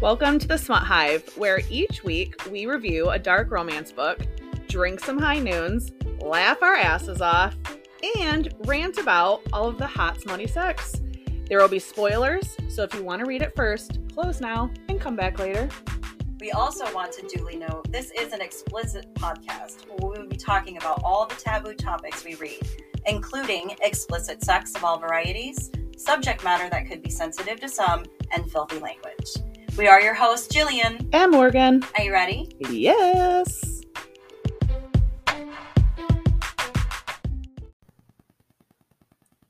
Welcome to the Smut Hive, where each week we review a dark romance book, drink some high noons, laugh our asses off, and rant about all of the hot, smutty sex. There will be spoilers, so if you want to read it first, close now and come back later. We also want to duly note this is an explicit podcast where we will be talking about all the taboo topics we read, including explicit sex of all varieties, subject matter that could be sensitive to some, and filthy language. We are your hosts, Jillian. And Morgan. Are you ready? Yes.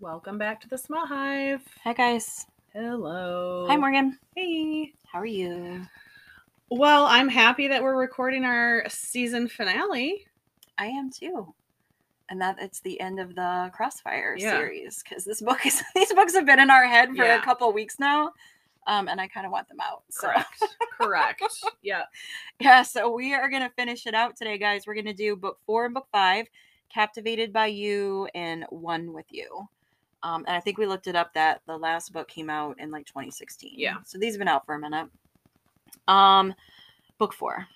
Welcome back to the Smut Hive. Hi, guys. Hello. Hi, Morgan. Hey. How are you? Well, I'm happy that we're recording our season finale. I am too. And that it's the end of the Crossfire Yeah. series because this book is these books have been in our head for Yeah. a couple weeks now, um, and I kind of want them out. So Correct. Correct. Yeah. yeah, so we are gonna finish it out today, guys. We're gonna do book four and book five, "Captivated by You" and "One with You." Um, and I think we looked it up that the last book came out in like 2016. Yeah. So these have been out for a minute. Um, book four.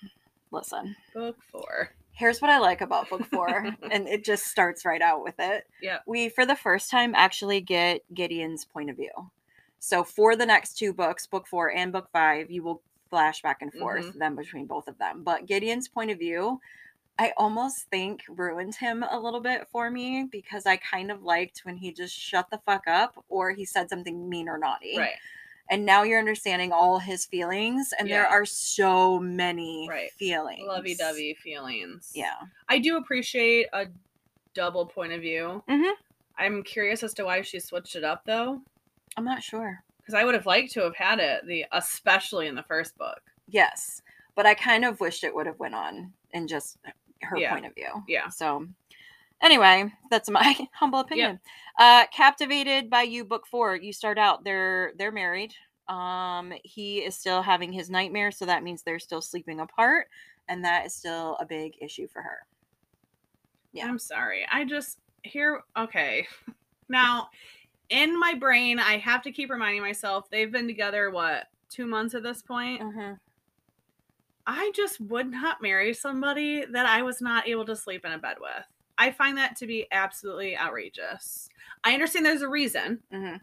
Listen. Book four. here's what I like about book four, and it just starts right out with it. Yeah. We, for the first time, actually get Gideon's point of view. So, for the next two books, book four and book five, you will flash back and forth Mm-hmm. them between both of them. But Gideon's point of view, I almost think ruined him a little bit for me because I kind of liked when he just shut the fuck up or he said something mean or naughty. Right. And now you're understanding all his feelings, and there Yeah. are so many Right. feelings. Lovey dovey feelings. Yeah. I do appreciate a double point of view. Mhm. I'm curious as to why she switched it up though. I'm not sure. Because I would have liked to have had it the especially in the first book. Yes, but I kind of wished it would have went on in just her Yeah. point of view. Yeah. So, anyway, that's my humble opinion. Uh, captivated by you, book four. You start out. They're they're married. Um, he is still having his nightmare, so that means they're still sleeping apart, and that is still a big issue for her. Yeah. I'm sorry. I just here okay. now in my brain I have to keep reminding myself they've been together what two months at this point? Mm-hmm. I just would not marry somebody that I was not able to sleep in a bed with. I find that to be absolutely outrageous. I understand there's a reason, Mm-hmm.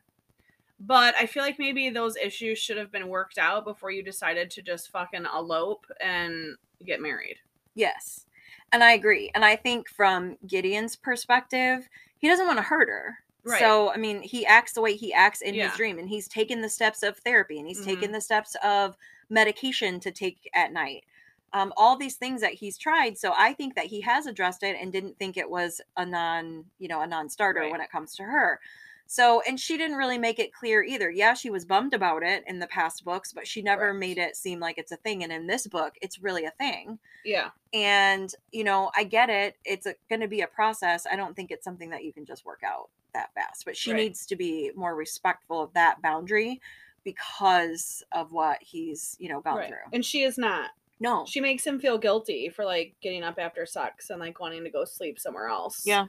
but I feel like maybe those issues should have been worked out before you decided to just fucking elope and get married. Yes, and I agree. And I think from Gideon's perspective, he doesn't want to hurt her. Right. So, I mean, he acts the way he acts in Yeah. his dream, and he's taken the steps of therapy and he's taken Mhm. the steps of medication to take at night. Um, all these things that he's tried. So, I think that he has addressed it and didn't think it was a non, you know, a non starter Right. when it comes to her. So, and she didn't really make it clear either. Yeah, she was bummed about it in the past books, but she never Correct. made it seem like it's a thing. And in this book, it's really a thing Yeah. and you know i get it it's going to be a process i don't think it's something that you can just work out that fast but she Right. needs to be more respectful of that boundary because of what he's you know gone Right. through And she is not. no She makes him feel guilty for like getting up after sex and like wanting to go sleep somewhere else. Yeah. And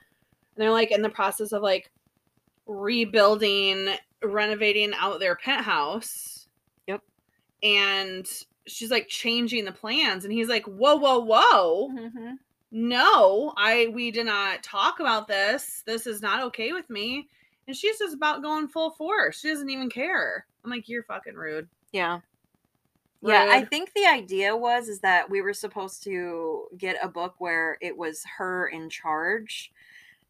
they're like in the process of like rebuilding, renovating out their penthouse. Yep. And she's like changing the plans and he's like, "Whoa, whoa, whoa. Mhm. No, I we did not talk about this. This is not okay with me." And she's just about going full force. She doesn't even care. I'm like, "You're fucking rude." yeah yeah i Rude. think the idea was is that we were supposed to get a book where it was her in charge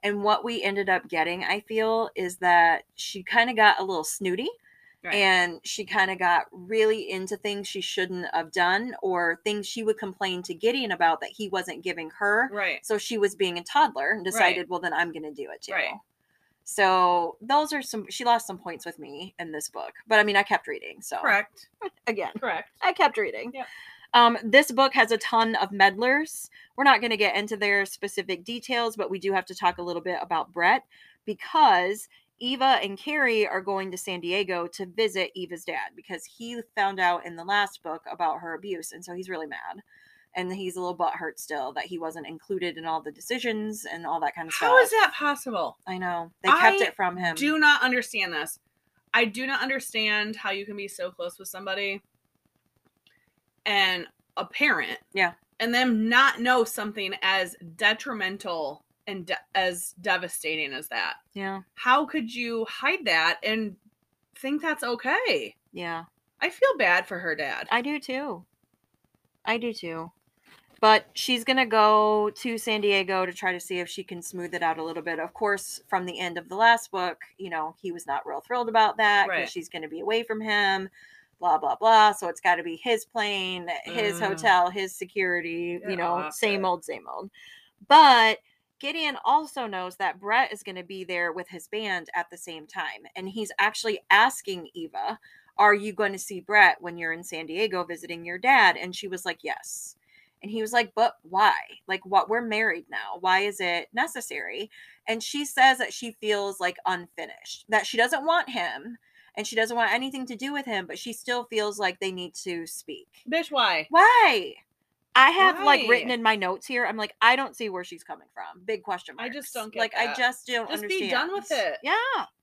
and what we ended up getting i feel is that she kind of got a little snooty Right. and she kind of got really into things she shouldn't have done or things she would complain to Gideon about that he wasn't giving her. right. So she was being a toddler and decided, well, then I'm going to do it too. Right. So those are some, she lost some points with me in this book, but I mean, I kept reading. So Correct. again, Correct. I kept reading. Yep. Um, this book has a ton of meddlers. We're not going to get into their specific details, but we do have to talk a little bit about Brett because Eva and Carrie are going to San Diego to visit Eva's dad because he found out in the last book about her abuse. And so he's really mad. And he's a little butthurt still that he wasn't included in all the decisions and all that kind of How stuff. is that possible? I know. They kept I it from him. Do not understand this. I do not understand how you can be so close with somebody and a parent. Yeah. And them not know something as detrimental and de- as devastating as that. Yeah. How could you hide that and think that's okay? Yeah. I feel bad for her dad. I do too. I do too. But she's going to go to San Diego to try to see if she can smooth it out a little bit. Of course, from the end of the last book, you know, he was not real thrilled about that because Right. she's going to be away from him, blah, blah, blah. So it's got to be his plane, his Mm. hotel, his security, Get you know, off same it. old, same old. But Gideon also knows that Brett is going to be there with his band at the same time. And he's actually asking Eva, Are you going to see Brett when you're in San Diego visiting your dad? And she was like, Yes. And he was like, But why? Like, what? We're married now. Why is it necessary? And she says that she feels like unfinished, that she doesn't want him and she doesn't want anything to do with him, but she still feels like they need to speak. Bitch, why? Why? I have like written Why? in my notes here. I'm like, I don't see where she's coming from. Big question I mark. just don't get like. I that. just don't Just understand. be done with it. Yeah,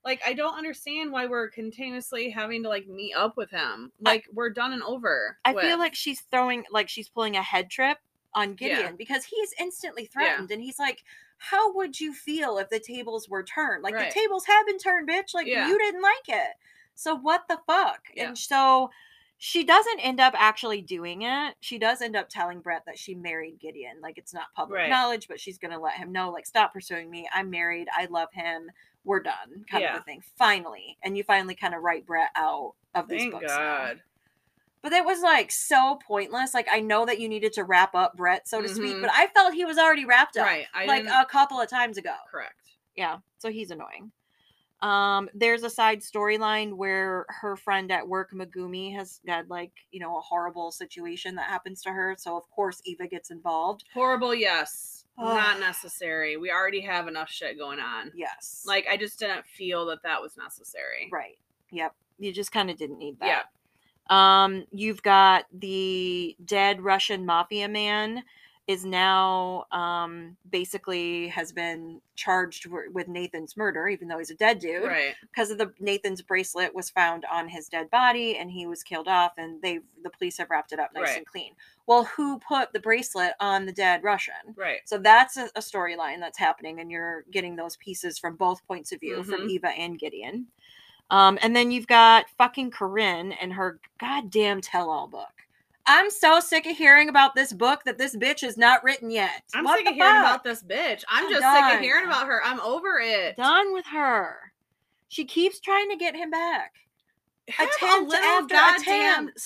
Like I don't understand why we're continuously having to like meet up with him. Like we're done and over. I with. feel like she's throwing like she's pulling a head trip on Yeah. Gideon because he's instantly Yeah. threatened, and he's like, "How would you feel if the tables were turned? Like Right. the tables have been turned, bitch. Like Yeah. you didn't like it. So what the fuck?" Yeah. And so. She doesn't end up actually doing it. She does end up telling Brett that she married Gideon. Like it's not public Right. knowledge, but she's gonna let him know, like, stop pursuing me. I'm married. I love him. We're done. Kind Yeah. of a thing. Finally. And you finally kind of write Brett out of these Thank books. now. God. But it was like so pointless. Like I know that you needed to wrap up Brett, so to Mhm. speak, but I felt he was already wrapped up Right. I like uh, didn't a couple of times ago. correct. Yeah. So he's annoying. Um, there's a side storyline where her friend at work, Megumi, has had like, you know, a horrible situation that happens to her. So of course Eva gets involved. Horrible, yes. Ugh. Not necessary. We already have enough shit going on. Yes. Like I just didn't feel that that was necessary. Right. Yep. You just kind of didn't need that. Yeah. Um, you've got the dead Russian mafia man is now um, basically has been charged w- with Nathan's murder, even though he's a dead dude, Right. because of the Nathan's bracelet was found on his dead body and he was killed off, and they the police have wrapped it up nice Right. and clean. Well, who put the bracelet on the dead Russian? Right. So that's a, a storyline that's happening, and you're getting those pieces from both points of view, from Mhm. Eva and Gideon. Um, and then you've got fucking Corinne and her goddamn tell-all book. I'm so sick of hearing about this book that this bitch is not written yet. I'm What sick the of hearing fuck? about this bitch. I'm, I'm just sick done. of hearing about her. I'm over it. Done with her. She keeps trying to get him back. Have a Attempt little after goddamn attempt.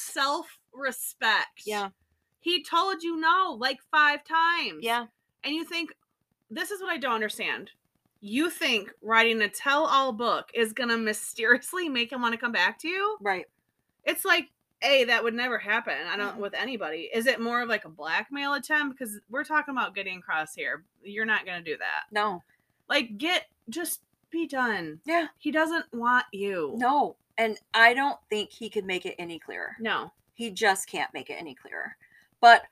self-respect. Yeah, He told you no like five times. yeah, And you think this is what I don't understand. You think writing a tell-all book is gonna mysteriously make him want to come back to you? right. It's like, a that would never happen. I don't Mhm. with anybody. Is it more of like a blackmail attempt? Because we're talking about Gideon Cross here. You're not gonna do that. No, Like, get just be done. yeah, He doesn't want you. no. And I don't think he could make it any clearer. No. He just can't make it any clearer. But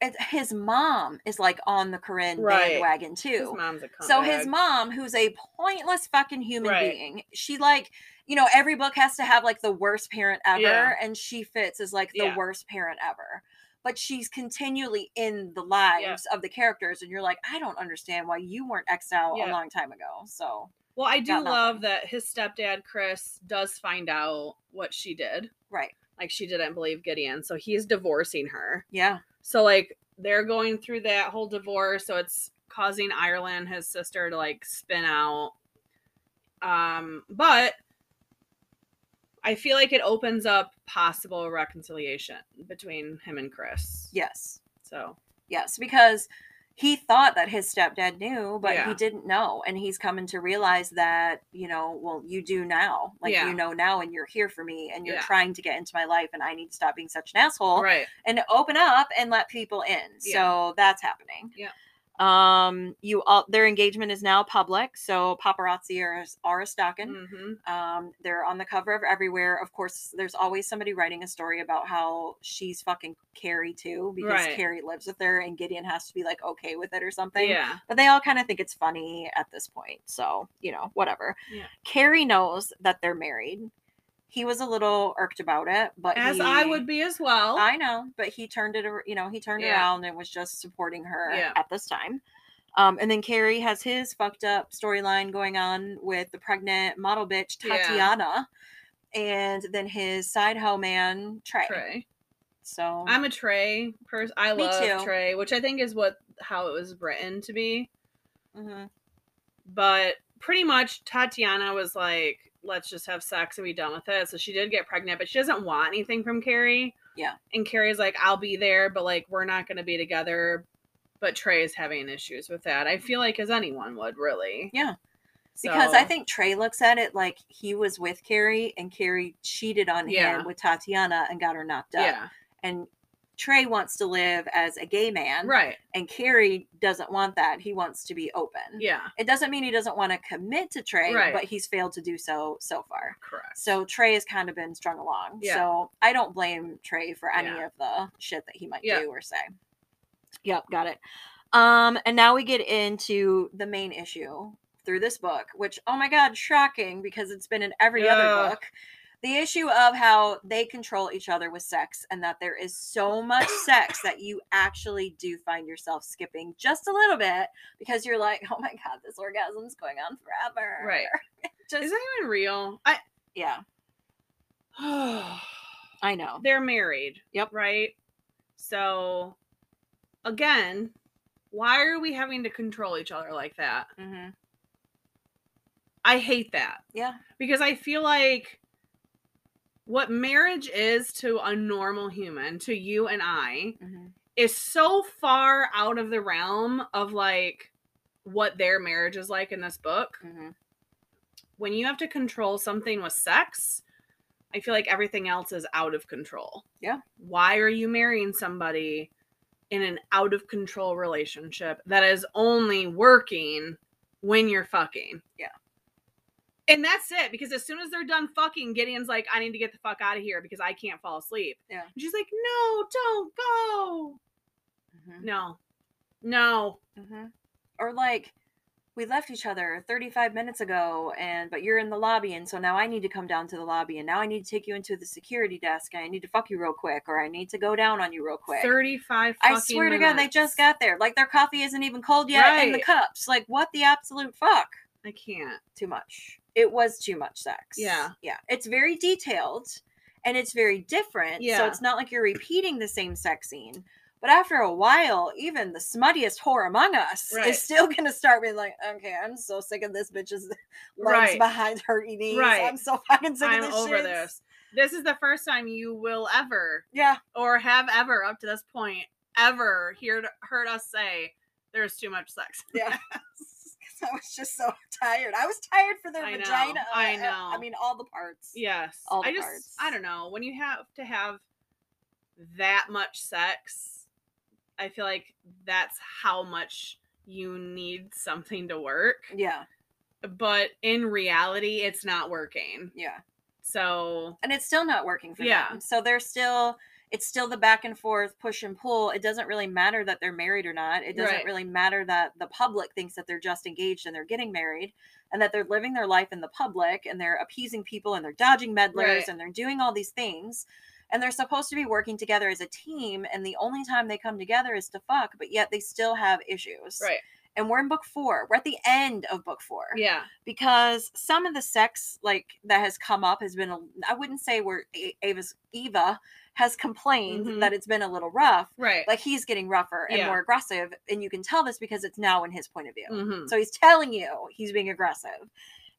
it, his mom is like on the Corinne Right. bandwagon too. His mom's a cunt So his bag. mom, who's a pointless fucking human Right. being, she like, you know, every book has to have like the worst parent ever, Yeah. and she fits as like the Yeah. worst parent ever. But she's continually in the lives of the characters, and you're like, I don't understand why you weren't X'd out a Yeah. long time ago. So Well, I do got nothing. love that his stepdad Chris does find out what she did. right, Like she didn't believe Gideon, so he's divorcing her. yeah, So like they're going through that whole divorce, so it's causing Ireland, his sister, to like spin out. Um, but I feel like it opens up possible reconciliation between him and Chris. yes. So Yes, because he thought that his stepdad knew, but Yeah. he didn't know. And he's coming to realize that, you know, well, you do now. Like, Yeah. you know now, and you're here for me, and you're Yeah. trying to get into my life, and I need to stop being such an asshole right. and open up and let people in. Yeah. So that's happening. Yeah. Um, you all their engagement is now public, so paparazzi are, are a stalking. hmm Um, they're on the cover of everywhere. Of course, there's always somebody writing a story about how she's fucking Carrie too, because Right. Carrie lives with her and Gideon has to be like okay with it or something. Yeah. But they all kind of think it's funny at this point. So, you know, whatever. Yeah. Carrie knows that they're married. He was a little irked about it, but As he- I would be as well. I know, but he turned it, ar- you know, he turned Oh. Yeah. around and was just supporting her Yeah. at this time. Um, and then Carrie has his fucked up storyline going on with the pregnant model bitch Yeah. Tatiana, and then his side hoe man Trey. Trey. So I'm a Trey person. I Me love too. Trey, which I think is what how it was written to be. mhm. but pretty much Tatiana was like, let's just have sex and be done with it. So she did get pregnant, but she doesn't want anything from Carrie. Yeah. And Carrie's like, I'll be there, but like, we're not going to be together. But Trey is having issues with that. I feel like as anyone would, really. Yeah. because I So- think Trey looks at it like he was with Carrie, and Carrie cheated on Yeah. him with Tatiana and got her knocked up. yeah, And Trey wants to live as a gay man, right. and Carrie doesn't want that. He wants to be open. Yeah, It doesn't mean he doesn't want to commit to Trey, Right. but he's failed to do so so far. correct. So Trey has kind of been strung along. Yeah. So I don't blame Trey for any Yeah. of the shit that he might Yeah. do or say. Yep, got it. Um, and now we get into the main issue through this book, which oh my god, shocking because it's been in every Yeah. other book. The issue of how they control each other with sex and that there is so much sex that you actually do find yourself skipping just a little bit because you're like, oh my god, this orgasm's going on forever. Right. Just is that even real? I. yeah, I know. they're married. Yep. Right? So, again, why are we having to control each other like that? hmm I hate that. Yeah. because I feel like what marriage is to a normal human, to you and I, hmm is so far out of the realm of like what their marriage is like in this book. hmm When you have to control something with sex, I feel like everything else is out of control. Yeah. Why are you marrying somebody in an out of control relationship that is only working when you're fucking? Yeah. And that's it because as soon as they're done fucking, Gideon's like, I need to get the fuck out of here because I can't fall asleep. Yeah. And she's like, No, don't go. hmm No. No. hmm Or like, we left each other 35 minutes ago, and but you're in the lobby, and so now I need to come down to the lobby, and now I need to take you into the security desk, and I need to fuck you real quick, or I need to go down on you real quick. 35 I fucking swear to God, they minutes. just got there. Like their coffee isn't even cold yet, and the Right. cups. Like what the absolute fuck? I can't. Too much. It was too much sex. Yeah. yeah. It's very detailed, and it's very different. So Yeah. it's not like you're repeating the same sex scene. But after a while, even the smuttiest whore among us Right. is still going to start being like, "Okay, I'm so sick of this bitch's legs Right. behind her knees. Right. I'm so fucking sick I'm of this over shit." this. This is the first time you will ever Yeah, or have ever up to this point ever heard heard us say there's too much sex. yeah. 'Cause I was just so tired. I was tired for their I know, vagina. I uh, know. I mean, all the parts. Yes. All the I just parts. I don't know. When you have to have that much sex, I feel like that's how much you need something to work. Yeah, But in reality, it's not working. yeah. So And it's still not working for Yeah. them. So they're still it's still the back and forth push and pull. It doesn't really matter that they're married or not. It doesn't Right. really matter that the public thinks that they're just engaged and they're getting married and that they're living their life in the public and they're appeasing people and they're dodging meddlers Right. and they're doing all these things. And they're supposed to be working together as a team, and the only time they come together is to fuck, but yet they still have issues. Right. And we're in book four. We're at the end of book four yeah. because some of the sex like that has come up has been a, i wouldn't say where A- ava's eva has complained Mhm. that it's been a little rough Right. but he's getting rougher and Yeah. more aggressive and you can tell this because it's now in his point of view Mhm. so he's telling you he's being aggressive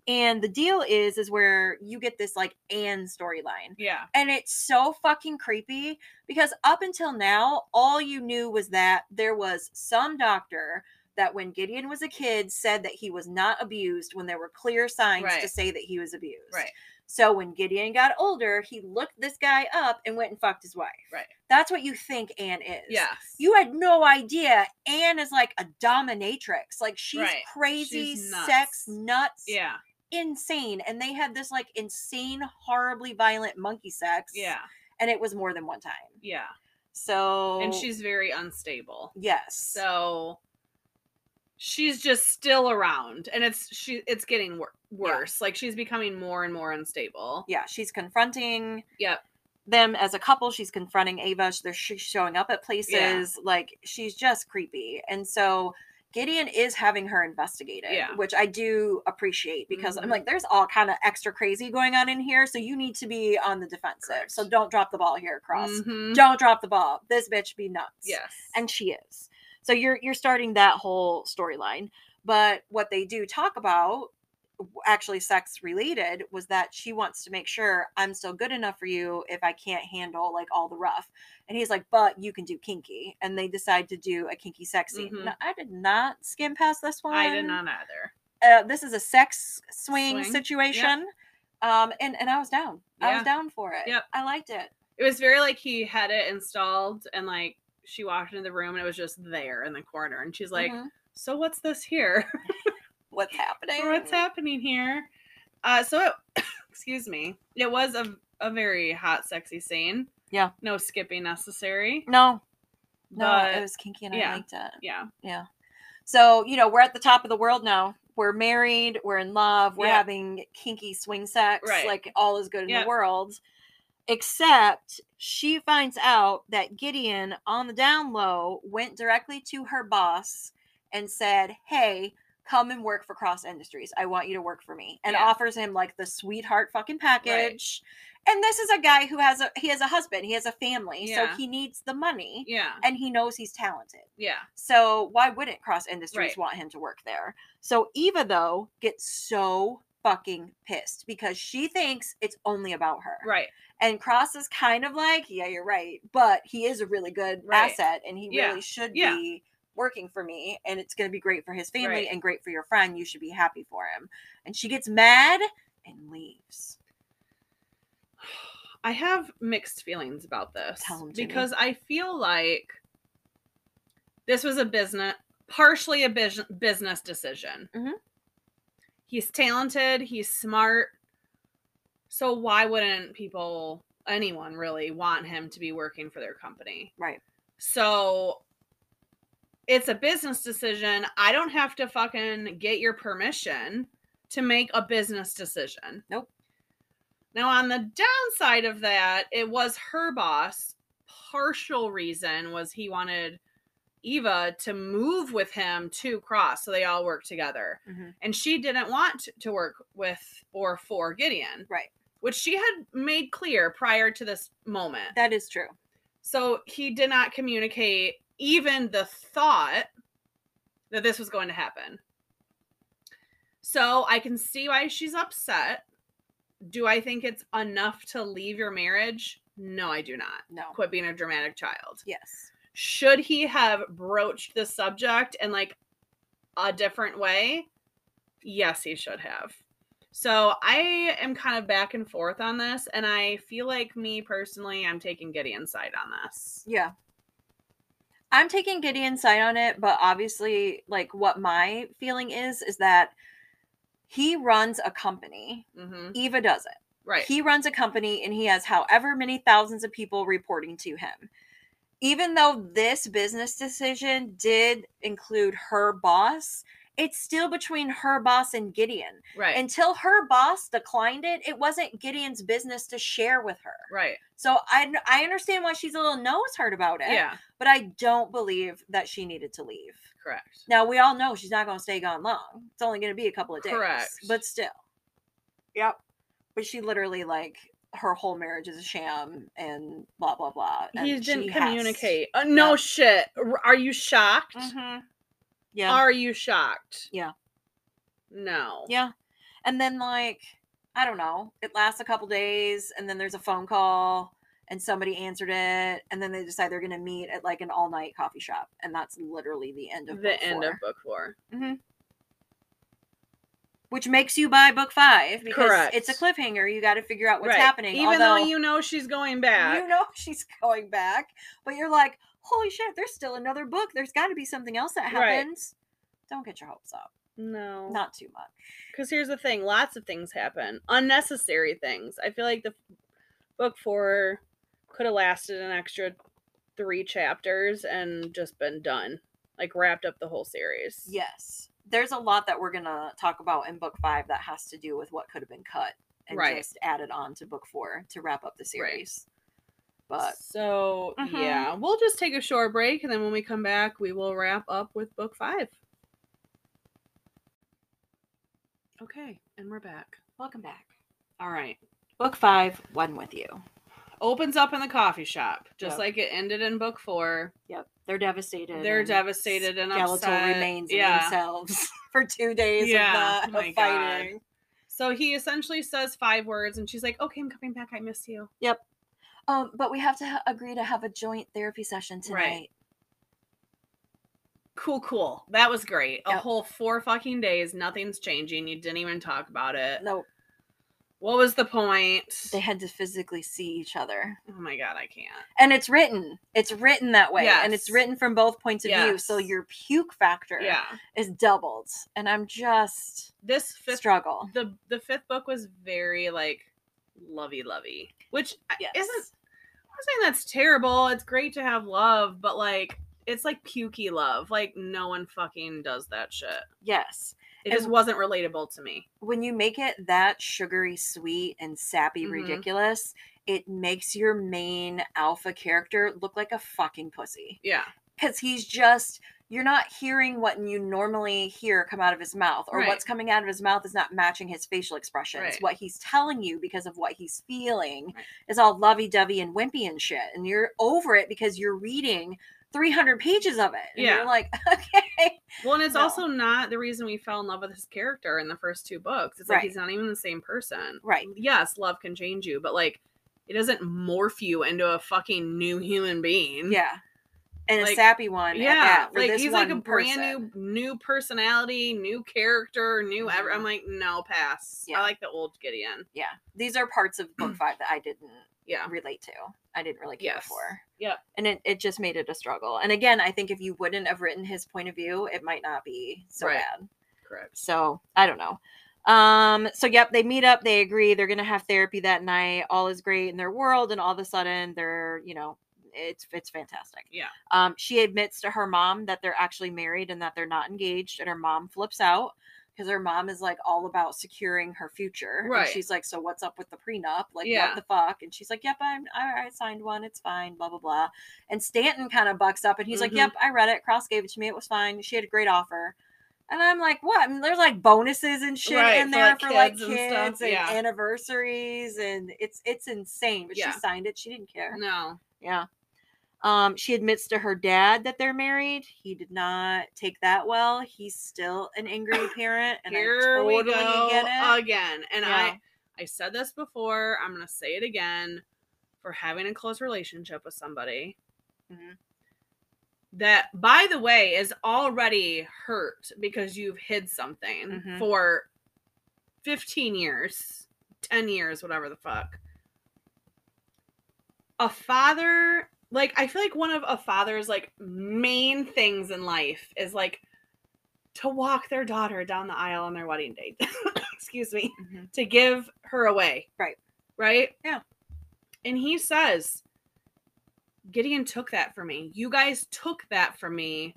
and the deal is is where you get this like and storyline Yeah. and it's so fucking creepy because up until now, all you knew was that there was some doctor that when Gideon was a kid said that he was not abused when there were clear signs to Right. say that he was abused. Right. So when Gideon got older, he looked this guy up and went and fucked his wife. Right. That's what you think Anne is. Yes. You had no idea Anne is like a dominatrix. Like she's Right. crazy, She's nuts. sex nuts Yeah. insane and they had this like insane horribly violent monkey sex Yeah. and it was more than one time Yeah. so And she's very unstable. yes So she's just still around and it's she it's getting wor- worse like she's becoming more and more unstable Yeah, she's confronting yep them as a couple. She's confronting Ava. They're she's showing up at places. Like she's just creepy. And so Gideon is having her investigated, Yeah. which I do appreciate because I'm Mhm. like, there's all kind of extra crazy going on in here. So you need to be on the defensive. Correct. So don't drop the ball here, Cross. Mhm. Don't drop the ball. This bitch be nuts yes and she is. So you're you're starting that whole storyline. But what they do talk about w- actually sex related was that she wants to make sure I'm still good enough for you if I can't handle like all the rough. And he's like, "But you can do kinky." And they decide to do a kinky sex scene. Mhm. Now, I did not skim past this one. i did not either Uh, this is a sex swing, Swing, yep. situation. Um and and I was down. I Yeah. was down for it. Yep. I liked it. it was very like he had it installed and like she walked into the room and it was just there in the corner and she's like Mhm. so what's this here what's happening? what's happening here uh so it, excuse me it was a, a very hot sexy scene Yeah. no skipping necessary No. No, But- it was kinky and yeah. I liked it. yeah So, you know, we're at the top of the world now. We're married, we're in love, we're Yeah. having kinky swing sex, Right. like all is good in Yep. the world. Except she finds out that Gideon on the down low went directly to her boss and said, Hey, come and work for Cross Industries. I want you to work for me. And Yeah. offers him like the sweetheart fucking package. And this is a guy who has a he has a husband, he has a family, Yeah. so he needs the money yeah and he knows he's talented. yeah So why wouldn't Cross Industries Right. want him to work there? So Eva though gets so fucking pissed because she thinks it's only about her. right And Cross is kind of like, yeah, you're right, but he is a really good Right. asset and he Yeah. really should Yeah. be working for me and it's going to be great for his family Right. and great for your friend. You should be happy for him. And she gets mad and leaves. I have mixed feelings about this Tell 'em, Jimmy. because I feel like this was a business, partially a bus- business decision. Mhm. He's talented, he's smart. So why wouldn't people, anyone really, want him to be working for their company? Right. So it's a business decision. I don't have to fucking get your permission to make a business decision. Nope. Now, on the downside of that, it was her boss. Partial reason was he wanted Eva to move with him to Cross so they all work together. Mhm. And she didn't want to work with or for Gideon, Right. which she had made clear prior to this moment. That is true. So he did not communicate even the thought that this was going to happen. So I can see why she's upset. Do I think it's enough to leave your marriage? No, I do not. No. Quit being a dramatic child. Yes. Should he have broached the subject in like a different way? Yes, he should have. So I am kind of back and forth on this, and I feel like me personally, I'm taking Gideon's side on this. Yeah. I'm taking Gideon's side on it, but obviously, like what my feeling is, is that he runs a company. Mm-hmm. Eva doesn't. Right. He runs a company and he has however many thousands of people reporting to him. Even though this business decision did include her boss, it's still between her boss and Gideon. right. Until her boss declined it, it wasn't Gideon's business to share with her. right. So I I understand why she's a little nose hurt about it Yeah. but I don't believe that she needed to leave. Correct. Now we all know she's not going to stay gone long. It's only going to be a couple of days. Correct. But still. Yep. But she literally like her whole marriage is a sham and blah blah blah. And he didn't she has- communicate. Uh, no Yeah. shit. R- Are you shocked? Mhm. Yeah. Are you shocked? Yeah. No. yeah. And then like I don't know. It lasts a couple days and then there's a phone call and somebody answered it and then they decide they're going to meet at like an all-night coffee shop and that's literally the end of book The end four. of book four. which makes you buy book five because it's a Correct. cliffhanger. You got to figure out what's Right. happening. Even Although though you know she's going back. you know she's going back, but you're like, holy shit, there's still another book. There's got to be something else that Right. happens. Don't get your hopes up. no. Not too much. Because here's the thing lots of things happen, unnecessary things. I feel like the f- book four could have lasted an extra three chapters and just been done. like wrapped up the whole series. Yes. There's a lot that we're going to talk about in book five that has to do with what could have been cut and Right. just added on to book four to wrap up the series. But so Mhm. yeah, we'll just take a short break and then when we come back, we will wrap up with book five. Okay, and we're back. welcome back. All right. Book five, one with you. Opens up in the coffee shop, just Yep. like it ended in book four. Yep. They're devastated. They're and devastated and skeletal upset. remains Yeah. of themselves for two days Yeah. of, Oh the, of my God. fighting. So he essentially says five words and she's like, Okay, I'm coming back, I miss you. Um, but we have to ha- agree to have a joint therapy session tonight. Right. Cool, cool. That was great. A Yep. whole four fucking days, nothing's changing. You didn't even talk about it. No, What was the point? they had to physically see each other. oh my god, I can't. And it's written. It's written that way. And it's Yes. written from both points of view. So Yes. your puke factor Yeah. is doubled. And I'm just This fifth struggle. the the fifth book was very like lovey lovey. Which I- Yes. isn't I'm not saying that's terrible. It's great to have love, but like it's like pukey love. Like no one fucking does that shit. Yes. It And- just wasn't relatable to me. When you make it that sugary sweet and sappy Mhm. ridiculous, it makes your main alpha character look like a fucking pussy. Yeah. because he's just you're not hearing what you normally hear come out of his mouth or Right. what's coming out of his mouth is not matching his facial expressions Right. what he's telling you because of what he's feeling Right. is all lovey-dovey and wimpy and shit and you're over it because you're reading 300 pages of it and Yeah. you're like okay Well, and it's No. also not the reason we fell in love with his character in the first two books. It's like Right. he's not even the same person. right Yes, love can change you, but like it doesn't morph you into a fucking new human being. yeah and a Mm-hmm. Like, sappy one at Yeah, that for like this he's like a one person. brand new, new personality, new character, new. ever- Mhm. I'm like, no, pass. Yeah. I like the old Gideon. yeah these are parts of book five that i didn't Yeah, relate to i didn't really care Oh. Yes. for Yep. and it, it just made it a struggle and again i think if you wouldn't have written his point of view it might not be so Right. bad correct. so i don't know um so yep they meet up they agree they're gonna have therapy that night all is great in their world and all of a sudden they're you know it's it's fantastic Yeah. um she admits to her mom that they're actually married and that they're not engaged and her mom flips out because her mom is like all about securing her future and Right. she's like so what's up with the prenup like Yeah. what the fuck and she's like yep i'm i, I signed one it's fine blah blah blah and Stanton kind of bucks up and he's Mhm. like, Yep, I read it. Cross gave it to me. It was fine. She had a great offer. And I'm like, What? And there's like bonuses and shit Right, in for, there like, for like kids kids, and and, stuff, yeah. anniversaries. And it's it's insane. But Yeah. she signed it. She didn't care. No, Yeah. Um, she admits to her dad that they're married. He did not take that well. He's still an angry parent, and here I totally we go get it. again. And Yeah. I, I said this before. I'm gonna say it again. For having a close relationship with somebody Mhm. that, by the way, is already hurt because you've hid something Mhm. for 15 years, 10 years, whatever the fuck. A father, like, I feel like one of a father's, like, main things in life is, like, to walk their daughter down the aisle on their wedding date. Excuse me. Mhm. To give her away. Right. Right? Yeah. And he says, Gideon took that from me. You guys took that from me.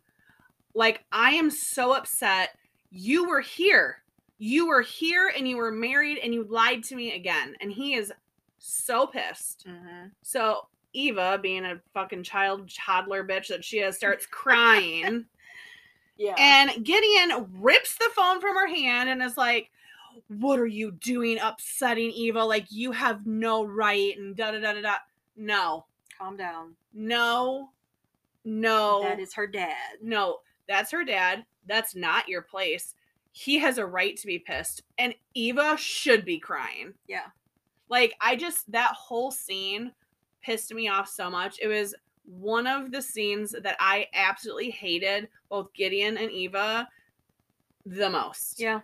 Like, I am so upset. You were here. You were here and you were married and you lied to me again. And he is so pissed. Mhm. So, Eva, being a fucking child toddler bitch that she is, starts crying. Yeah. And Gideon rips the phone from her hand and is like, What are you doing upsetting Eva? Like, you have no right. And da da da da da. No, Calm down. no, no. That is her dad. no, that's her dad. That's not your place. He has a right to be pissed. And Eva should be crying. Yeah. Like, I just, that whole scene pissed me off so much. It was one of the scenes that I absolutely hated both Gideon and Eva the most. Yeah.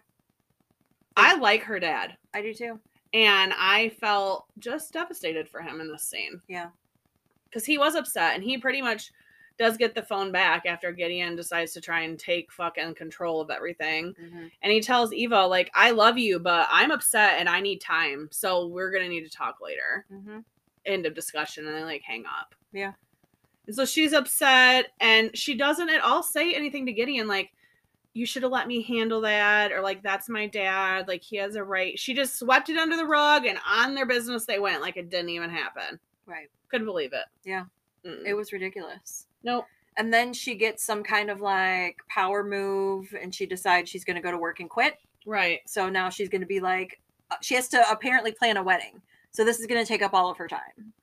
I like her dad. I do too. And I felt just devastated for him in this scene. Yeah. Because he was upset and he pretty much does get the phone back after Gideon decides to try and take fucking control of everything. Mhm. And he tells Eva, like, I love you, but I'm upset and I need time. So we're going to need to talk later. Mm-hmm. End of discussion. And they like hang up. Yeah. And so she's upset and she doesn't at all say anything to Gideon, like, you should have let me handle that, or like, that's my dad, like, he has a right. She just swept it under the rug and on their business they went, like, it didn't even happen. Right. Couldn't believe it. Yeah. Mm-mm. It was ridiculous. nope. And then she gets some kind of like power move and she decides she's going to go to work and quit. Right. So now she's going to be like, uh, she has to apparently plan a wedding. So this is going to take up all of her time.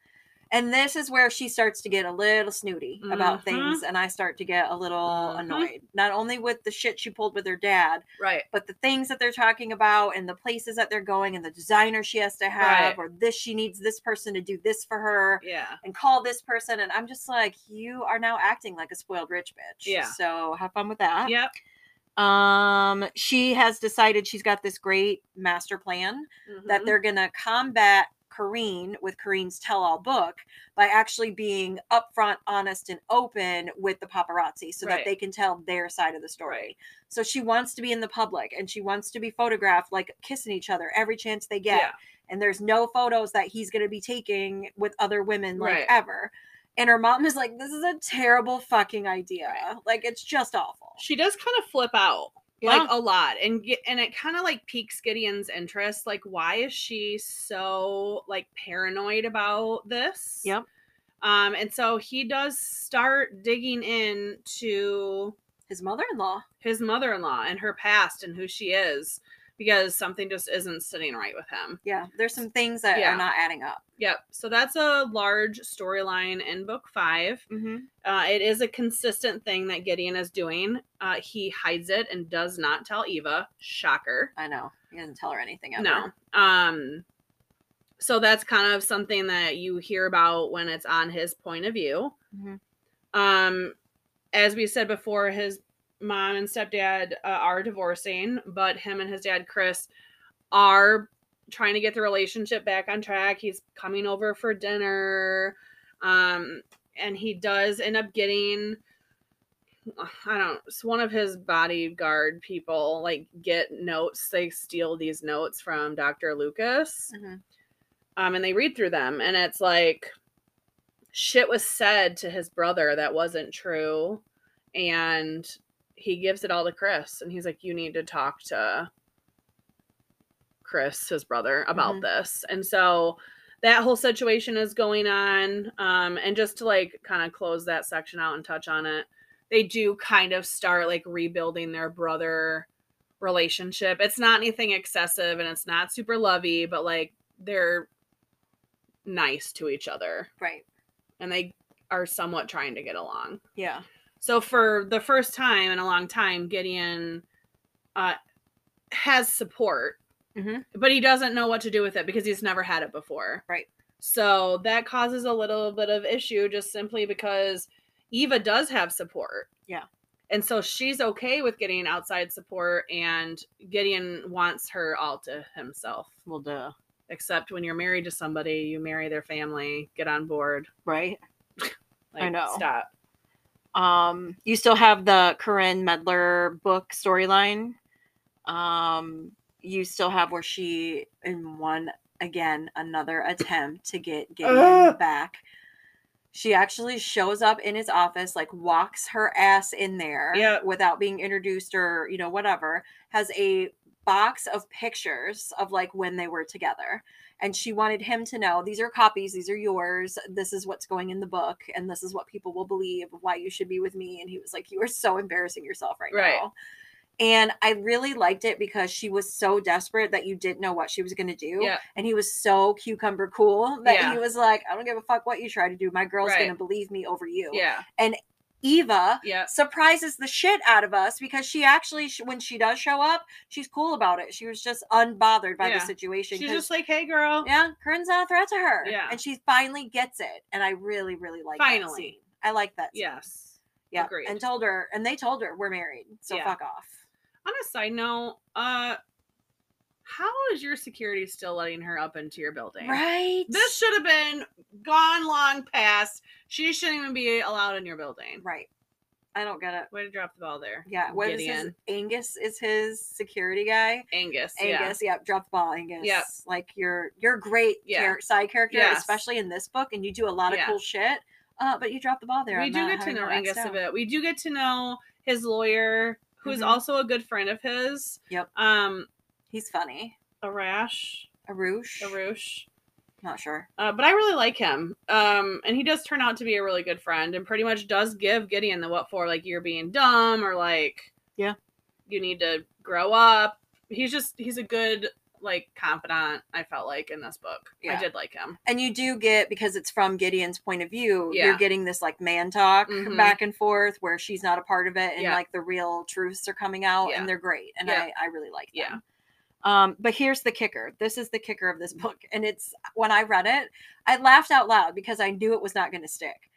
And this is where she starts to get a little snooty about Mhm. things. And I start to get a little Mhm. annoyed, not only with the shit she pulled with her dad, Right. but the things that they're talking about and the places that they're going and the designer she has to Right. have, or this, she needs this person to do this for her Yeah. and call this person. And I'm just like, you are now acting like a spoiled rich bitch. Yeah. So have fun with that. Yep. Um, she has decided she's got this great master plan that Mhm. they're going to combat Kareen with Kareen's tell all book by actually being upfront, honest, and open with the paparazzi so that Right. they can tell their side of the story. Right. So she wants to be in the public and she wants to be photographed like kissing each other every chance they get. Yeah. And there's no photos that he's going to be taking with other women like Right. ever. And her mom is like, this is a terrible fucking idea. Like, it's just awful. She does kind of flip out. Yeah. like a lot and get and it kind of like piques gideon's interest like why is she so like paranoid about this Yep. um and so he does start digging in to His mother in law. his mother-in-law and her past and who she is because something just isn't sitting right with him Yeah. There's some things that Yeah. are not adding up. yep so that's a large storyline in book five Mm-hmm. uh, it is a consistent thing that gideon is doing uh, he hides it and does not tell eva shocker I know. He doesn't tell her anything. Ever. No. Um so that's kind of something that you hear about when it's on his point of view. Mhm. Um as we said before his mom and stepdad uh, are divorcing, but him and his dad Chris are trying to get the relationship back on track. He's coming over for dinner. Um and he does end up getting I don't. It's one of his bodyguard people. Like get notes. They steal these notes from Dr. Lucas, Mhm. um, and they read through them, and it's like shit was said to his brother that wasn't true, and he gives it all to Chris, and he's like, "You need to talk to Chris, his brother, about Mhm. this." And so that whole situation is going on, um, and just to like kind of close that section out and touch on it they do kind of start like rebuilding their brother relationship. It's not anything excessive and it's not super lovey, but like they're nice to each other Right. and they are somewhat trying to get along. Yeah. So for the first time in a long time, Gideon uh, has support, Mhm. but he doesn't know what to do with it because he's never had it before. Right. So that causes a little bit of issue just simply because Eva does have support. Yeah. And so she's okay with getting outside support, and Gideon wants her all to himself. Well, duh. Except when you're married to somebody, you marry their family, get on board. Right. I know. Stop. Um, you still have the Corinne Medler book storyline. Um, you still have where she in one again another attempt to get Gideon Ugh. back. She actually shows up in his office, like walks her ass in there Yeah. without being introduced or you know whatever. Has a box of pictures of like when they were together. and she wanted him to know these are copies these are yours this is what's going in the book and this is what people will believe why you should be with me and he was like you are so embarrassing yourself right, Right. now and i really liked it because she was so desperate that you didn't know what she was going to do Yeah. and he was so cucumber cool that Yeah. he was like i don't give a fuck what you try to do my girl's Right. going to believe me over you Yeah. eva Yeah. surprises the shit out of us because she actually sh- when she does show up she's cool about it she was just unbothered by Yeah. the situation She's 'cause just like, hey, girl. yeah, Corinne's not a threat to her. Yeah. And she finally gets it. And I really, really like that Finally. scene. I like that scene. Yes. Yeah. agreed. And told her, and they told her we're married. So Yeah. fuck off. On a side note, uh, how is your security still letting her up into your building? Right. This should have been gone long past. She shouldn't even be allowed in your building. right. I don't get it. Way to drop the ball there. Yeah. What is his Gideon. Angus is his security guy. Angus. Yeah. Angus, yeah, drop the ball, Angus. Yep. Like you're you're a great Yeah. char- side character, Yes. especially in this book, and you do a lot of Yeah. cool shit. Uh, but you dropped the ball there. we on do not get to having know her Angus axed a out. bit. We do get to know his lawyer, who is Mhm. also a good friend of his. Yep. Um, He's funny. Arash, Arush. Arush. Not sure. Uh, but I really like him. Um, and he does turn out to be a really good friend and pretty much does give Gideon the what for, like, you're being dumb or like, Yeah. you need to grow up. He's just, he's a good, like, confidant, I felt like, in this book. I Yeah. did like him. And you do get because it's from Gideon's point of view. Yeah. You're getting this like man talk Mhm. back and forth where she's not a part of it, and Yeah. like the real truths are coming out, Yeah. and they're great, and Yeah. I I really like them. Yeah. Um, but here's the kicker. This is the kicker of this book, and it's when I read it, I laughed out loud because I knew it was not going to stick.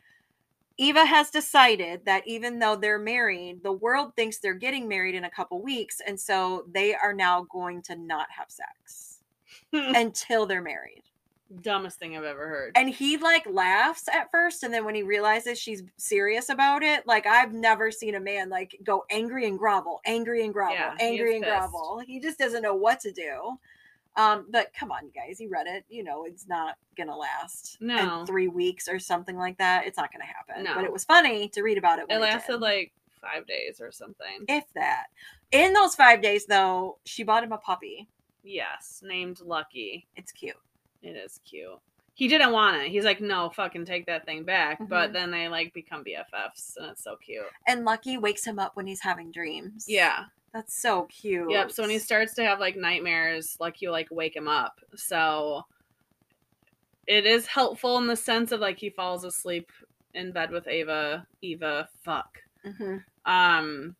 Eva has decided that even though they're married, the world thinks they're getting married in a couple weeks, and so they are now going to not have sex until they're married. Dumbest thing I've ever heard. And he like laughs at first, and then when he realizes she's serious about it, like I've never seen a man like go angry and grovel, angry and grovel, Yeah, he is angry and pissed. grovel. He just doesn't know what to do. Um, but come on, you guys, he read it. You know it's not gonna last. in No. three weeks or something like that. It's not gonna happen. No. But it was funny to read about it. When it it lasted did, like five days or something. if that. In those five days, though, she bought him a puppy. Yes, named Lucky. It's cute. It is cute. He didn't want it. He's like, no, fucking take that thing back. But Mhm. then they like become BFFs, and it's so cute. And Lucky wakes him up when he's having dreams. Yeah. That's so cute. Yep. So when he starts to have like nightmares, like you like wake him up. So it is helpful in the sense of like he falls asleep in bed with Ava. Eva, fuck. Mhm. Um.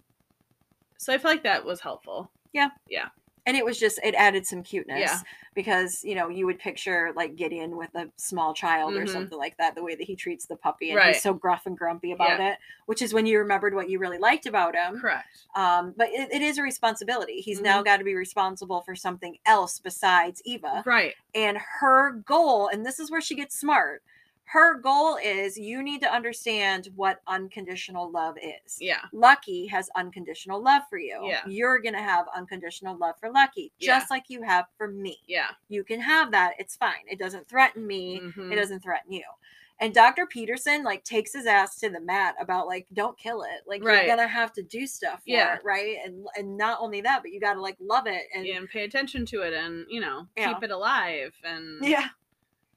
So I feel like that was helpful. and it was just it added some cuteness Yeah. because you know you would picture like gideon with a small child or Mhm. something like that the way that he treats the puppy and Right. he's so gruff and grumpy about it which is when you remembered what you really liked about him Correct. um, but it, it is a responsibility he's Mm-hmm. now got to be responsible for something else besides eva Right. and her goal and this is where she gets smart her goal is you need to understand what unconditional love is Yeah. Lucky has unconditional love for you. Yeah. You're going to have unconditional love for Lucky, Yeah. just like you have for me. Yeah. You can have that. It's fine. It doesn't threaten me. Mhm. It doesn't threaten you. And Dr. Peterson like takes his ass to the mat about like don't kill it. Like Right. you're going to have to do stuff for Yeah. it, right? And and not only that, but you got to like love it and and pay attention to it and you know Yeah. keep it alive and yeah.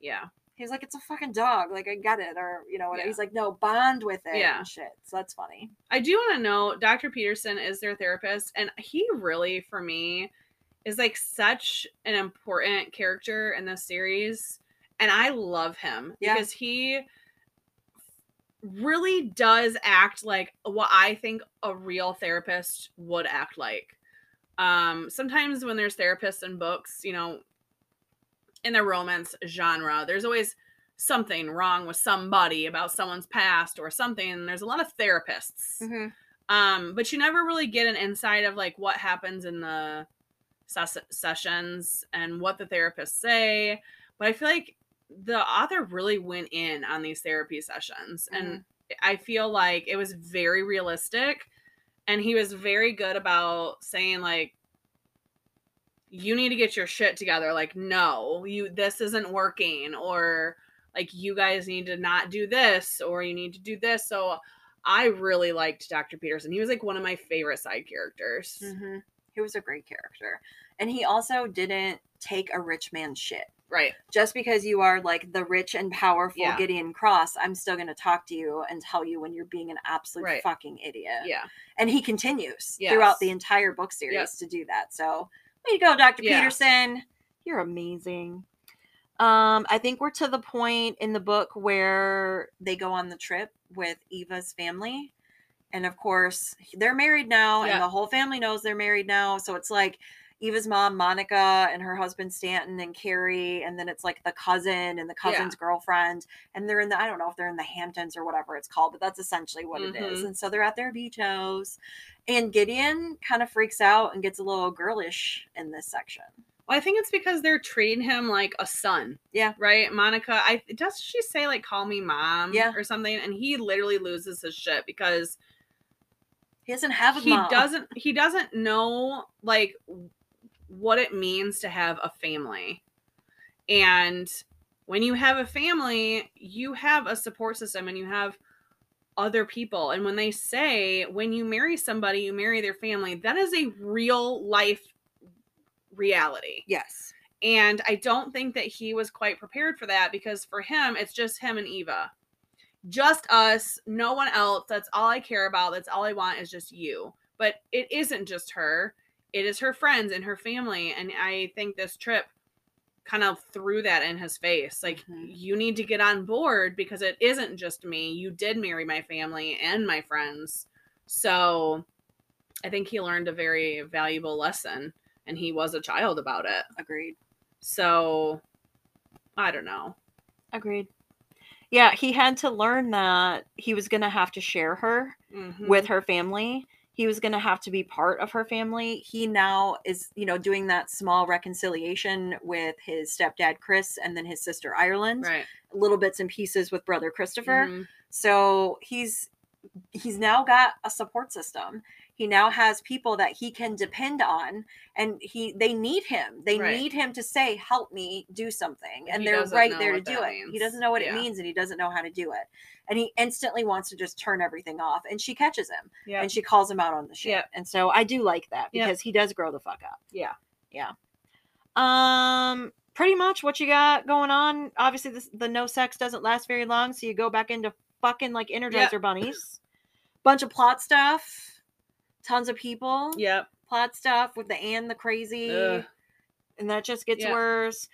yeah He's like it's a fucking dog. Like I get it or you know what Yeah. he's like no bond with it Yeah. and shit. So that's funny. i do want to know dr peterson is their therapist and he really for me is like such an important character in this series and i love him Yeah. because he really does act like what i think a real therapist would act like um sometimes when there's therapists in books you know in the romance genre there's always something wrong with somebody about someone's past or something and there's a lot of therapists um but you never really get an insight of like what happens in the ses- sessions and what the therapists say but i feel like the author really went in on these therapy sessions and i feel like it was very realistic and he was very good about saying like you need to get your shit together like no you this isn't working or like you guys need to not do this or you need to do this so i really liked dr peterson he was like one of my favorite side characters hmm He was a great character. And he also didn't take a rich man's shit. right Just because you are like the rich and powerful Yeah. Gideon Cross, I'm still going to talk to you and tell you when you're being an absolute Right. fucking idiot. yeah And he continues throughout the Yes. entire book series to do that. So, there you go, Dr. Yeah. Peterson. You're amazing. Um, I think we're to the point in the book where they go on the trip with Eva's family and of course they're married now Yeah. and the whole family knows they're married now so it's like eva's mom monica and her husband stanton and carrie and then it's like the cousin and the Yeah. cousin's girlfriend and they're in the i don't know if they're in the hamptons or whatever it's called but that's essentially what it is Mhm. and so they're at their beach house and gideon kind of freaks out and gets a little girlish in this section well i think it's because they're treating him like a son Yeah. right monica i does she say like call me mom Yeah. or something and he literally loses his shit because he doesn't have a he mom. doesn't he doesn't know like w- what it means to have a family and when you have a family, you have a support system and you have other people. And when they say when you marry somebody, you marry their family, that is a real life reality. Yes. And I don't think that he was quite prepared for that because for him, it's just him and Eva. Just us, no one else. That's all I care about. That's all I want is just you. But it isn't just her, it is her friends and her family. And I think this trip kind of threw that in his face. Like, Mhm. you need to get on board because it isn't just me. You did marry my family and my friends. So I think he learned a very valuable lesson and he was a child about it. Agreed. So I don't know. Agreed. Yeah, he had to learn that he was going to have to share her Mhm. with her family. He was going to have to be part of her family. He now is, you know, doing that small reconciliation with his stepdad, Chris, and then his sister, Ireland, right. little bits and pieces with brother Christopher. Mhm. So he's he's now got a support system. He now has people that he can depend on and he they need him. They Right. need him to say help me do something and He they're doesn't right know there to what do it. that He means. doesn't know what Yeah. it means and he doesn't know how to do it. And he instantly wants to just turn everything off and she catches him Yeah. and she calls him out on the shit. Yep. And so I do like that Yep. because he does grow the fuck up. Yeah. Yeah. Um pretty much what you got going on. Obviously this the no sex doesn't last very long, so you go back into fucking like energizer bunnies. Bunch of plot stuff. Tons of people. Yep. Plot stuff with the and the crazy Ugh. and that just gets Yeah. worse.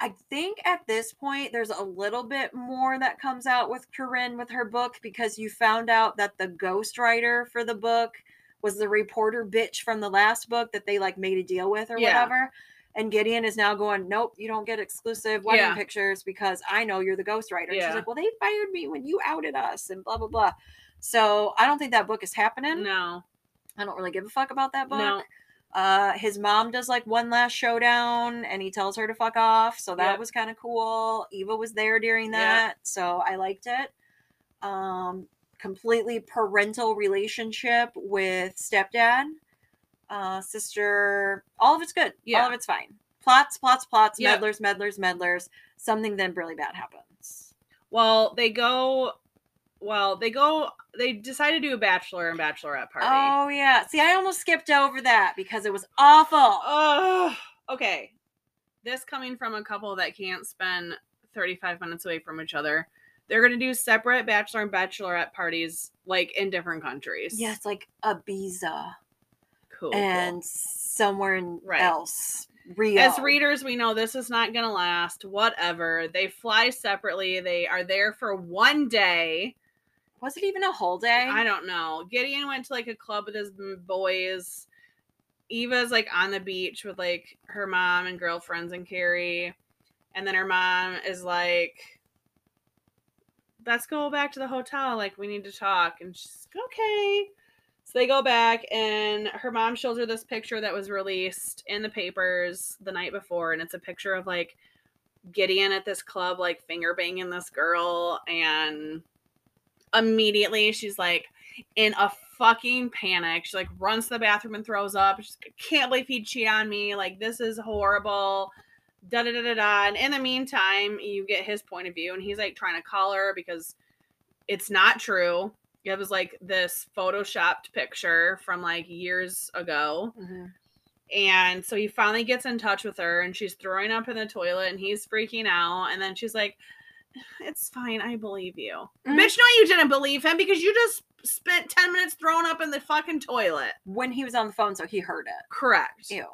I think at this point there's a little bit more that comes out with Corinne with her book because you found out that the ghostwriter for the book was the reporter bitch from the last book that they like made a deal with or Yeah. whatever. And Gideon is now going, Nope, you don't get exclusive wedding Yeah. pictures because I know you're the ghostwriter. And She's Yeah. like, Well, they fired me when you outed us and blah blah blah. So I don't think that book is happening. No. I don't really give a fuck about that book. No. Uh, his mom does like one last showdown and he tells her to fuck off. So that Yep. was kind of cool. Eva was there during Yeah. that. So I liked it. Um, completely parental relationship with stepdad, uh, sister. All of it's good. Yeah. All of it's fine. Plots, plots, plots, Yep. meddlers, meddlers, meddlers. Something then really bad happens. Well, they go well, they go they decide to do a bachelor and bachelorette party. Oh, yeah. See, I almost skipped over that because it was awful. Oh, okay. This coming from a couple that can't spend 35 minutes away from each other. They're going to do separate bachelor and bachelorette parties like in different countries. Yeah, it's like Ibiza Cool. cool. and somewhere in Right. else. Rio. as readers, we know this is not going to last. Whatever. They fly separately. They are there for one day. Was it even a whole day? I don't know. Gideon went to like a club with his m- boys. Eva's like on the beach with like her mom and girlfriends and Carrie. And then her mom is like, let's go back to the hotel. Like, we need to talk. And she's like, okay. So they go back, and her mom shows her this picture that was released in the papers the night before. And it's a picture of like Gideon at this club, like finger banging this girl. And immediately she's like in a fucking panic. She like runs to the bathroom and throws up. She's like, I can't believe he cheated on me. Like this is horrible. Da da da da da. And in the meantime, you get his point of view, and he's like trying to call her because it's not true. It was like this photoshopped picture from like years ago. Mhm. And so he finally gets in touch with her, and she's throwing up in the toilet, and he's freaking out. And then she's like, "It's fine, I believe you, Mhm. bitch. No, you didn't believe him because you just spent ten minutes throwing up in the fucking toilet." When he was on the phone, so he heard it. Correct. Ew.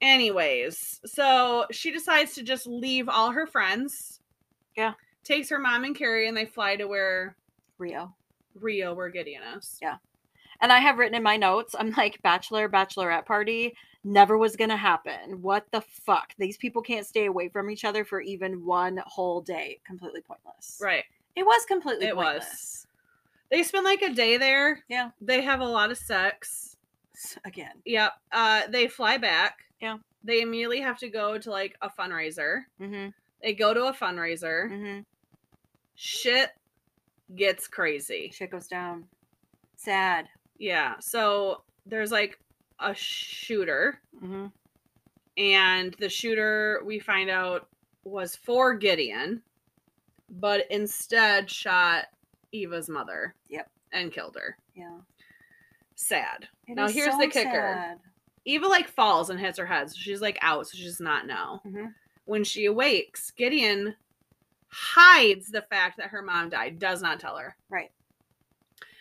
Anyways, so she decides to just leave all her friends. Yeah. Takes her mom and Carrie, and they fly to where Rio. Rio, where Gideon is. Yeah. And I have written in my notes, I'm like, bachelor, bachelorette party never was going to happen. What the fuck? These people can't stay away from each other for even one whole day. Completely pointless. Right. It was completely It was. pointless. They spend like a day there. Yeah. They have a lot of sex. Was. Again. Yep. Uh, they fly back. Yeah. They immediately have to go to like a fundraiser. Mm-hmm. They go to a fundraiser. Mm-hmm. Shit gets crazy. Shit goes down. Sad. Yeah. So there's like a shooter, Mm-hmm. and the shooter we find out was for Gideon, but instead shot Eva's mother. Yep. And killed her. Yeah. Sad. It Now is here's so the kicker. sad. Eva like falls and hits her head, so she's like out, so she does not know. Mhm. When she awakes, Gideon hides the fact that her mom died, does not tell her. Right.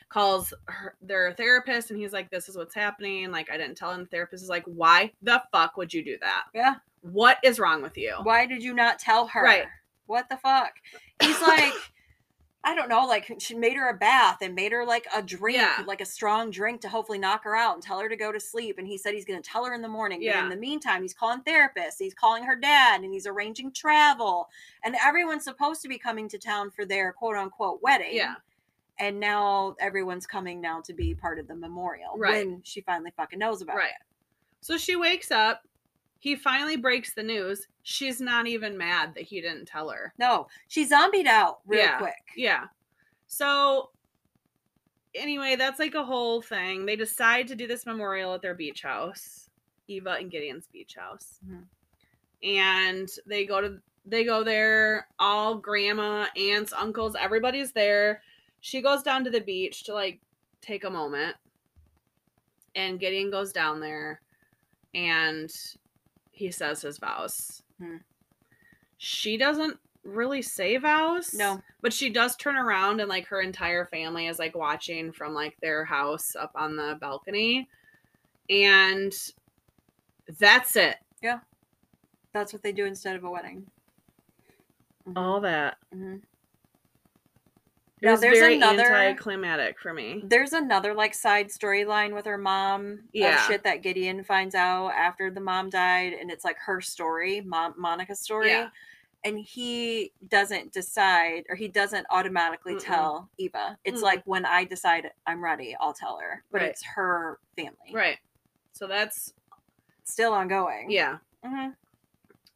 Calls her, their therapist and he's like, This is what's happening. Like, I didn't tell him. The therapist is like, Why the fuck would you do that? Yeah. What is wrong with you? Why did you not tell her? Right. What the fuck? He's like, I don't know, like she made her a bath and made her like a drink, Yeah. like a strong drink to hopefully knock her out and tell her to go to sleep. And he said he's gonna tell her in the morning. But Yeah. in the meantime, he's calling therapists, he's calling her dad, and he's arranging travel. And everyone's supposed to be coming to town for their quote unquote wedding. Yeah. And now everyone's coming now to be part of the memorial Right. when she finally fucking knows about Right. So she wakes up. He finally breaks the news. She's not even mad that he didn't tell her. it. No, she zombied out real Yeah. quick. Yeah. So anyway, that's like a whole thing. They decide to do this memorial at their beach house, Eva and Gideon's beach house. Mhm. And they go to they go there, all grandma, aunts, uncles, everybody's there. She goes down to the beach to like take a moment. And Gideon goes down there and he says his vows. Hmm. She doesn't really say vows. No. But she does turn around and like her entire family is like watching from like their house up on the balcony. And that's it. That's what they do instead of a wedding. Mhm. All that. Mhm. It Now, was there's very another- anticlimactic for me. There's another like side storyline with her mom of Yeah. shit that Gideon finds out after the mom died, and it's like her story, mom Monica's story. Yeah. And he doesn't decide or he doesn't automatically Mm-mm. tell Eva. It's Mm-mm. like when I decide I'm ready, I'll tell her. But Right. it's her family. Right. So that's Still ongoing. yeah. hmm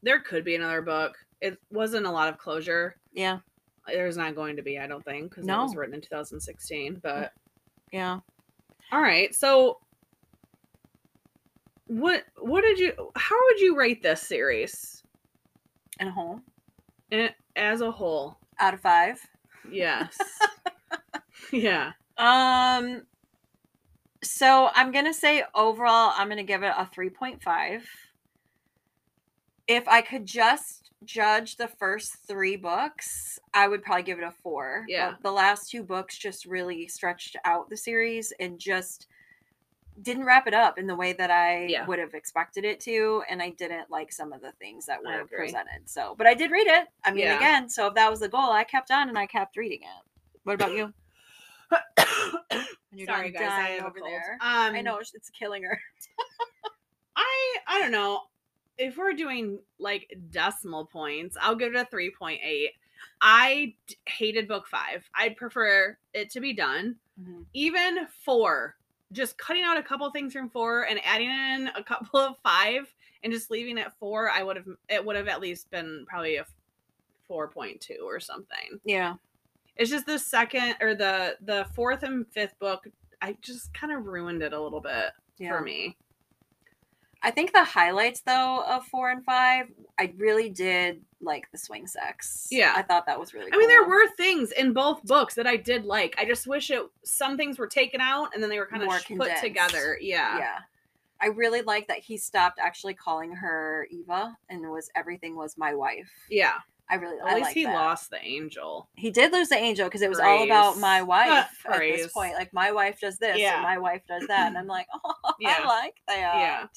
There could be another book. It wasn't a lot of closure. Yeah. There's not going to be, I don't think, because it was No. written in 2016. But Yeah. all right, so what what did you? How would you rate this series And a home eh, as a whole? out of five. Yes. yeah. Um so I'm going to say overall I'm going to give it a 3.5. If I could just judge the first 3 books, I would probably give it a 4. but Yeah. The last two books just really stretched out the series and just didn't wrap it up in the way that I Yeah. would have expected it to and I didn't like some of the things that I were agree. presented. So, but I did read it. I mean Yeah. again, so if that was the goal, I kept on and I kept reading it. What about you? And you're Sorry, done guys. I dying have a over cold. there. Um, I know it's, it's killing her. I I don't know. If we're doing like decimal points, I'll give it a 3.8. I d- hated book 5. I'd prefer it to be done. Even 4. Just cutting out a couple things from 4 and adding in a couple of 5 and just leaving it 4, I would have it would have at least been probably a 4.2 or something. Yeah, It's just the second or the the fourth and fifth book I just kind of ruined it a little bit yeah. for me. I think the highlights though of four and five, I really did like the swing sex. Yeah. I thought that was really. I mean, there cool. were things in both books that I did like. I just wish it some things were taken out and then they were kind of More put condensed. together. Yeah. Yeah, I really liked that he stopped actually calling her Eva and was everything was my wife. Yeah. I really. At I least liked he that. lost the angel. He did lose the angel because it was all about Grace. my Uh, wife at Grace. this point. Like my wife does this, Yeah. and my wife does that, and I'm like, oh, Yeah. I like that. Yeah.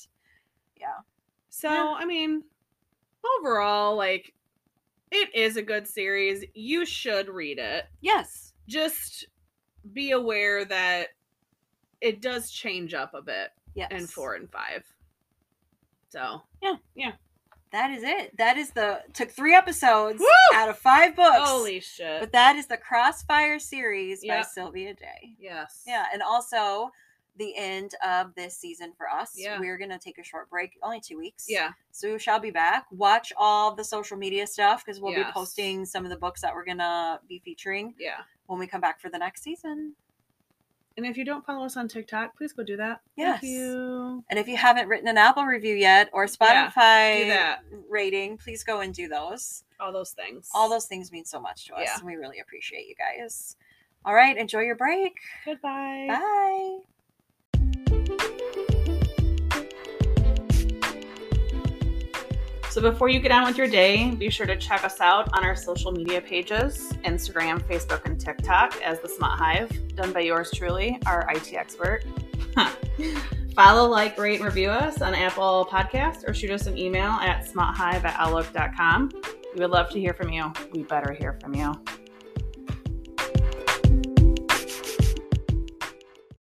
Yeah. So, Yeah. I mean, overall, like, it is a good series. You should read it. Yes. Just be aware that it does change up a bit Yes. in four and five. So, That is it. That is the took three episodes Woo! out of five books. holy shit. But that is the Crossfire series Yep. by Sylvia Day. yes. Yeah, and also the end of this season for us. Yeah. We're gonna take a short break, only two weeks. Yeah. So we shall be back. Watch all the social media stuff because we'll Yes. be posting some of the books that we're gonna be featuring Yeah. when we come back for the next season. And if you don't follow us on TikTok, please go do that. Yes. Thank you. And if you haven't written an Apple review yet or a Yeah, Spotify do that. rating, please go and do those. All those things. All those things mean so much to us, Yeah. and we really appreciate you guys. All right, enjoy your break. Goodbye. Bye. So before you get on with your day, be sure to check us out on our social media pages Instagram, Facebook, and TikTok as The Smut Hive, done by yours truly, our IT expert. Huh. Follow, like, rate, and review us on Apple Podcasts or shoot us an email at smuthive at outlook.com. We would love to hear from you. We better hear from you.